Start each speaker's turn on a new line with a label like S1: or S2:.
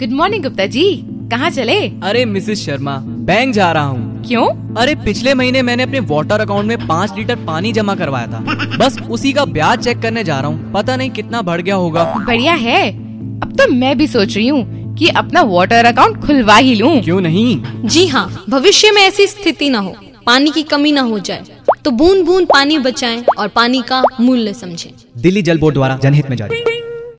S1: good morning Gupta ji कहाँ चले
S2: अरे मिसेस शर्मा बैंक जा रहा हूँ
S1: क्यों
S2: अरे पिछले महीने मैंने अपने वाटर अकाउंट में पाँच लीटर पानी जमा करवाया था बस उसी का ब्याज चेक करने जा रहा हूँ पता नहीं कितना बढ़ गया होगा
S1: बढ़िया है अब तो मैं भी सोच रही हूँ कि अपना वाटर अकाउंट खुलवा ही लूँ
S2: क्यों नहीं
S3: जी हाँ भविष्य में ऐसी स्थिति न हो पानी की कमी न हो जाए तो बूंद बूंद पानी बचाएं और पानी का मूल्य समझें
S2: दिल्ली जल बोर्ड द्वारा जनहित में जारी